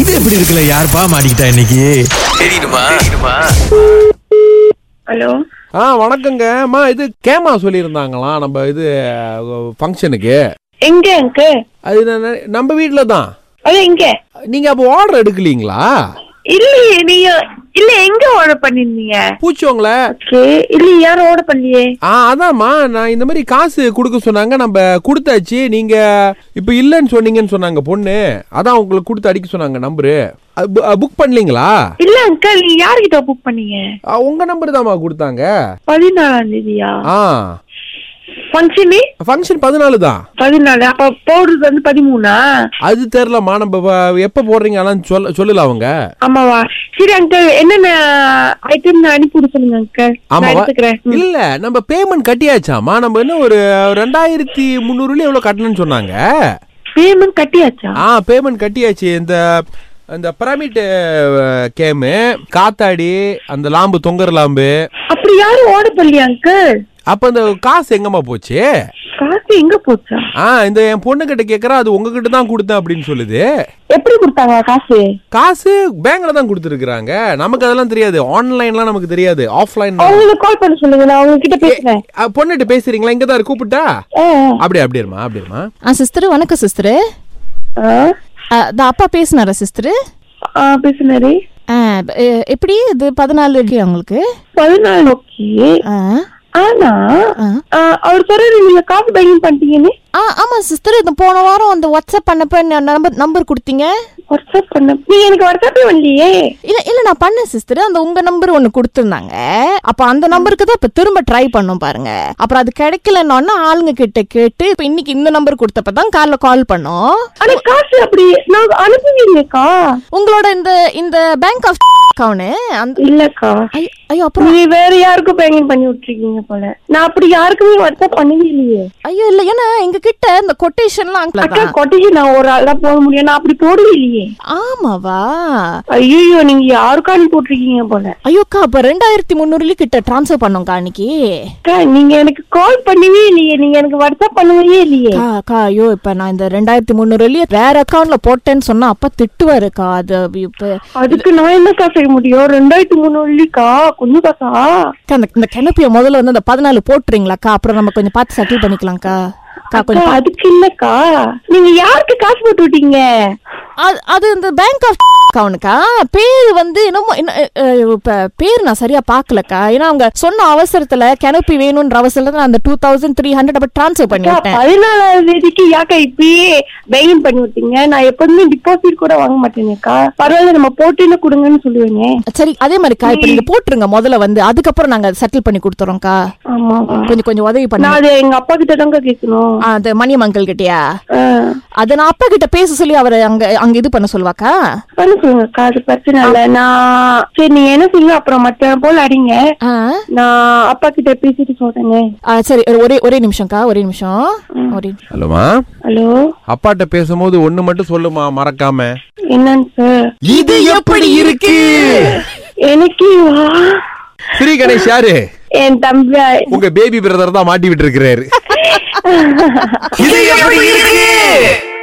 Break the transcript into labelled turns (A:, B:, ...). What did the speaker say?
A: இது எப்படி இருக்குல்ல யாருப்பா மாட்டிக்கிட்டா இன்னைக்கு
B: ஹலோ
C: ஆ வணக்கங்க அம்மா இது கேமா சொல்லியிருந்தாங்களாம் நம்ம இது ஃபங்க்ஷனுக்கு
B: எங்க எங்க
C: அது நான் நினை- நம்ம வீட்டில் தான்
B: அது எங்க
C: நீங்கள் அப்போ ஆர்டர் எடுக்கலீங்களா
B: இல்லையே நீங்க இல்ல எங்க ஆர்டர் பண்ணிருந்தீங்க
C: பூச்சோங்கள
B: ஓகே இல்ல யாரும் ஆர்டர் பண்ணலையே
C: ஆ அதாம்மா நான் இந்த மாதிரி காசு கொடுக்க சொன்னாங்க நம்ம கொடுத்தாச்சு நீங்கள் இப்போ இல்லைன்னு சொன்னீங்கன்னு சொன்னாங்க பொண்ணு அதான் உங்களுக்கு கொடுத்து அடிக்க சொன்னாங்க நம்பரு புக் பண்ணலீங்களா
B: இல்ல அங்கிள் நீ யார்கிட்ட புக் பண்ணீங்க
C: உங்கள் நம்பர் தாம்மா கொடுத்தாங்க
B: பதினாலாம் தேதியா
C: ஆ
B: ஃபங்க்ஷனு
C: ஃபங்க்ஷன் பதினாலு தான்
B: பதினாலு அப்ப போடுறது வந்து பதிமூணா
C: அது தெரிலம்மா நம்ம வ- எப்போ போடுறீங்க அதெல்லாம் சொல்ல சொல்லல அவங்க
B: ஆமாவா சரி அங்கிள் என்னென்ன ஐட்டம் நான் அனுப்பி விட சொல்லுங்க அங்கிள் நான்
C: ஆமாவா
B: எடுத்துக்கிறேன் ம்.
C: இல்ல நம்ம பேமெண்ட் கட்டியாச்சாமா நம்ம என்ன ஒரு ரெண்டாயிரத்தி முந்நூறுல எவ்வளவு கட்டணும்னு சொன்னாங்க
B: பேமெண்ட் கட்டியாச்சா
C: ஆ பேமெண்ட் கட்டியாச்சு இந்த இந்த பிரமிட் கேமு காத்தாடி அந்த லாம்பு தொங்குற லாம்பு
B: அப்படி யாரும் ஆர்டர் பண்ணலையா அங்கிள்
C: அப்ப அந்த காசு எங்கம்மா போச்சு
B: காசு எங்க போச்சா
C: ஆ இந்த என் பொண்ணு கிட்ட கேக்குறா அது உங்ககிட்ட தான் கொடுத்தேன் அப்படின்னு சொல்லுது
B: எப்படி கொடுத்தாங்க காசு
C: காசு பேங்க்ல தான் கொடுத்துருக்குறாங்க நமக்கு அதெல்லாம் தெரியாது ஆன்லைன்லாம் நமக்கு தெரியாது ஆஃப்லைன்
B: அவங்களுக்கு கால் பண்ண சொல்லுங்க நான் அவங்க கிட்ட பேசுறேன்
C: பொண்ணுகிட்ட பேசுறீங்களா இங்க தான் கூப்பிட்டா
B: ஆ,
C: அப்படியே அப்படியே இருமா அப்படியே இருமா
D: ஆ சிஸ்டர் வணக்கம் சிஸ்டர்
B: ஆ.
D: இந்த அப்பா பேசினாரா சிஸ்டர்
B: ஆ பேசுனாரு
D: எப்படி இது பதினாலு இருக்கு அவங்களுக்கு
B: பதினாலு ஓகே
D: ஆ.
B: ஆனா
D: ஆ.
B: ஆ, அவர் சொல்றாரு நீங்க காசு பேக்கிங் பண்ணிட்டீங்கன்னு
D: ஆ ஆமா சிஸ்டர் இந்த போன வாரம் அந்த வாட்ஸ்அப் பண்ணப்ப நம்பர் நம்பர் கொடுத்தீங்க
B: வாட்ஸ்அப் பண்ண நீ எனக்கு வாட்ஸ்அப்பே வரலையே
D: இல்ல இல்ல நான் பண்ணேன் சிஸ்டர் அந்த உங்க நம்பர் ஒன்னு கொடுத்திருந்தாங்க அப்ப அந்த நம்பருக்கு தான் இப்ப திரும்ப ட்ரை பண்ணோம் பாருங்க அப்புறம் அது கிடைக்கலன்னா ஆளுங்க கிட்ட கேட்டு இப்ப இன்னைக்கு இந்த நம்பர் கொடுத்தப்ப தான் காலைல கால் பண்ணோம்
B: ஆனா காசு அப்படி நான் அனுப்புவீங்கக்கா
D: உங்களோட இந்த இந்த பேங்க் ஆஃப் அக்கௌண்ட் அந்த
B: இல்லக்கா
D: ஐயோ, ஐயோ அப்புறம்
B: நீங்க வேற யாருக்கும் பேங்கிங் பண்ணி விட்டுருக்கீங்க போல நான் அப்படி யாருக்குமே வாட்ஸ்அப் பண்ணவே இல்லையே
D: ஐயோ இல்ல ஏன்னா எங்க கிட்ட இந்த கொட்டேஷன்லாம் அங்கே
B: அக்கா கொட்டிக்கு நான் ஒரு ஆளா போக முடியும் நான் அப்படி போடவே இல்லையே
D: ஆமாவா
B: ஐயோ நீங்க யாருக்கும் அனுப்பி விட்டுருக்கீங்க போல
D: ஐயோக்கா அப்ப ரெண்டாயிரத்தி முந்நூறுல கிட்ட டிரான்ஸ்ஃபர் பண்ணோம்க்கா அன்னைக்கு
B: அக்கா நீங்க எனக்கு கால் பண்ணவே இல்லையே நீங்க எனக்கு வாட்ஸ்அப் பண்ணவே இல்லையே
D: அக்கா, அக்கா ஐயோ இப்ப நான் இந்த ரெண்டாயிரத்தி முந்நூறுலயே வேற அக்கௌண்ட்ல போட்டேன்னு சொன்னா அப்பா திட்டுவாருக்கா அது இப்ப
B: அதுக்கு நான் என்னக்கா செய்ய முடியும் ரெண்டாயிரத்தி மூணு வெள்ளிக்கா கொஞ்சம் காசா
D: அக்கா, இந்த- இந்த கிணப்பிய முதல்ல வந்து அந்த பதினாலு போட்டுறீங்களாக்கா அப்புறம் நம்ம கொஞ்சம் பார்த்து செட்டில் பண்ணிக்கலாம்க்கா அக்கா
B: அக்கா
D: கொஞ்சம் பா-
B: அதுக்கு இல்லக்கா நீங்க யாருக்கு காசு போட்டு விட்டீங்க
D: அது- அது இந்த பேங்க் ஆஃப் அக்கௌண்ட்க்கா பேர் வந்து என்னமோ என்ன அஹ், இப்ப பேர் நான் சரியா பார்க்கலக்கா ஏன்னா அவங்க சொன்ன அவசரத்துல கிணப்பி வேணும்ன்ற அவசரத்துல நான் அந்த டூ தௌசண்ட் த்ரீ ஹண்ட்ரட் அப்ப ட்ரான்ஸ்ஃபர் பண்ணி
B: அக்கா,
D: விட்டேன்
B: பதினாலாவது தேதிக்கு யாக்கா இப்பயே பெயின் பண்ணி விட்டீங்க நான் எப்போதுமே டிபாசிட் கூட வாங்க மாட்டேனேக்கா பரவாயில்ல நம்ம போட்டுன்னு கொடுங்கன்னு சொல்லுவேனே
D: சரி அதே மாதிரிக்கா இப்ப நீங்க போட்டுருங்க முதல்ல வந்து அதுக்கப்புறம் நாங்க செட்டில் பண்ணி கொடுத்துறோம்க்கா
B: ஆமா
D: கொஞ்சம் கொஞ்சம் உதவி பண்ணி
B: நான் அது எங்க அப்பா கிட்ட தாங்க கேட்கணும்
D: ஆ, அந்த மணியம் அங்கிள் கிட்டயா
B: ஆ,
D: அது நான் அப்பா கிட்ட பேச சொல்லி அவர் அங்க அங்க இது பண்ண சொல்லுவாக்கா
B: பண்ண சொல்லுங்கக்கா அது பிரச்சனை இல்ல நான் சரி நீங்க என்ன சொல்லுங்க அப்புறம் மத்த போல அடிங்க
D: ஆ?
B: நான் அப்பா கிட்ட பேசிட்டு சொல்றேங்க
D: ஆ, சரி ஒரே ஒரே நிமிஷம்க்கா ஒரே நிமிஷம் ஒரே
C: ஹலோமா
B: ஹலோ
C: அப்பாட்ட பேசும்போது ஒண்ணு மட்டும் சொல்லுமா மறக்காம
B: என்னன்னு சார்
C: இது எப்படி இருக்கு
B: எனக்கு வா
C: ஸ்ரீ கணேஷ் யாரு
B: என் தம்பி
C: உங்க பேபி பிரதர் தான் மாட்டி விட்டு இருக்கிறாரு இது எப்படி இருக்கு